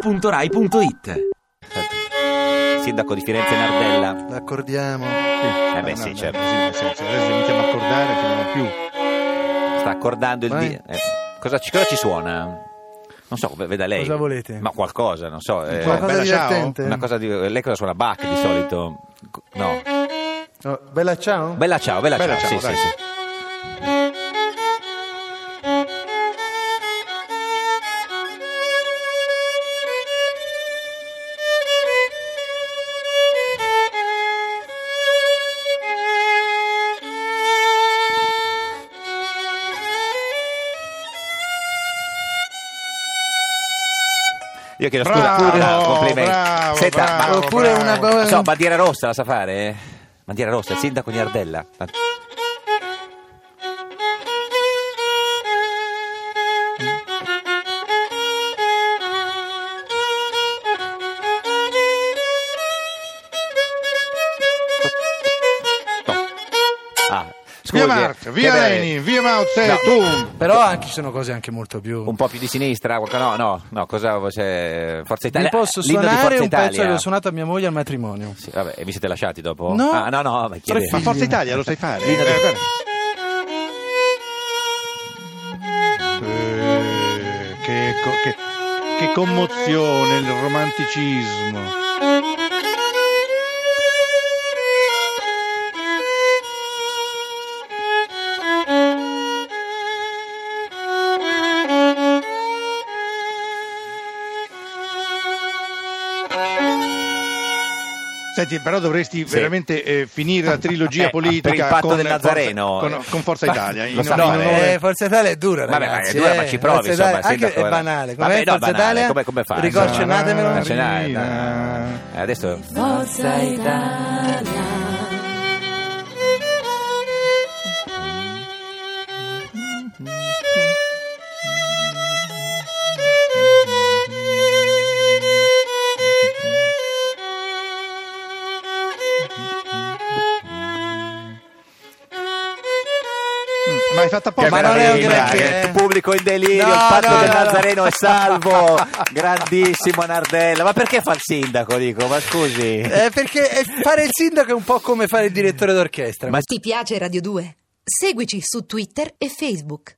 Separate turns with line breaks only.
radio2pod.rai.it
Sindaco di Firenze Nardella.
L'accordiamo.
Eh beh,
No,
sì,
no,
certo.
così, nel senso, adesso iniziamo a accordare che non è più.
Sta accordando il
Vai.
di- eh, cosa, ci, cosa ci suona? Non so, v- veda lei.
Cosa volete?
Ma qualcosa, non so. eh,
Qualcosa
bella
di
ciao.
divertente.
una cosa di- lei cosa suona? Bach di solito? Co- No.
Oh, bella ciao?
Bella ciao, bella,
Bella
ciao.
ciao,
sì,
dai.
sì, sì. Io chiedo scusa.
Bravo,
Ah, complimenti.
bravo,
Senta,
bravo,
ma-
Oppure
bravo.
una
Non so, bandiera rossa la sa fare? Bandiera rossa, il sindaco di Ardella. Ma- Ah, scusi,
Via Marx,
che
via
bene.
Lenin, via Mao Zedong.
Però anche ci sono cose anche molto più.
Un po' più di sinistra, qualcosa- no, no, no, cosa c'è? Forza Italia.
Vi posso
l'inno di
suonare
Forza
un pezzo
Italia.
che ho suonato a mia moglie al matrimonio.
Sì, vabbè, e vi siete lasciati dopo?
No.
Ah, no, no, ma chi
Tre
è?
Ma Forza Italia lo sai fare?
Lino
Eh,
di-
guarda. Eh, che, co- che- che commozione il romanticismo. Senti, però dovresti
Sì.
veramente eh, finire la trilogia
Eh,
politica
per il patto
con,
del Nazareno.
Forza, con, con Forza
Ma-
Italia.
lo
in-
sa
in
fare.
onore-
eh, Forza Italia è dura,
Vabbè,
ragazzi,
ma è dura,
eh.
ma ci provi,
Forza
insomma,
Italia- anche
sindaco,
è
guarda.
banale. Come
Vabbè,
me
no,
Forza
banale,
Italia,
come- come fa? Eh,
ricorcenatemelo.
Ah,
Ce n'hai,
Marina.
dai. Eh, adesso
Forza Italia.
Ma hai fatto apposta?
Che Ma non è un
meraviglia,
granché,
che
eh.
pubblico in delirio,
No,
il patto
no,
del
no, no.
Nazareno è salvo, grandissimo Nardella. Ma perché fa il sindaco, dico? Ma scusi.
Eh, perché eh, fare il sindaco è un po' come fare il direttore d'orchestra.
Ma
Ti piace Radio 2? Seguici su Twitter e Facebook.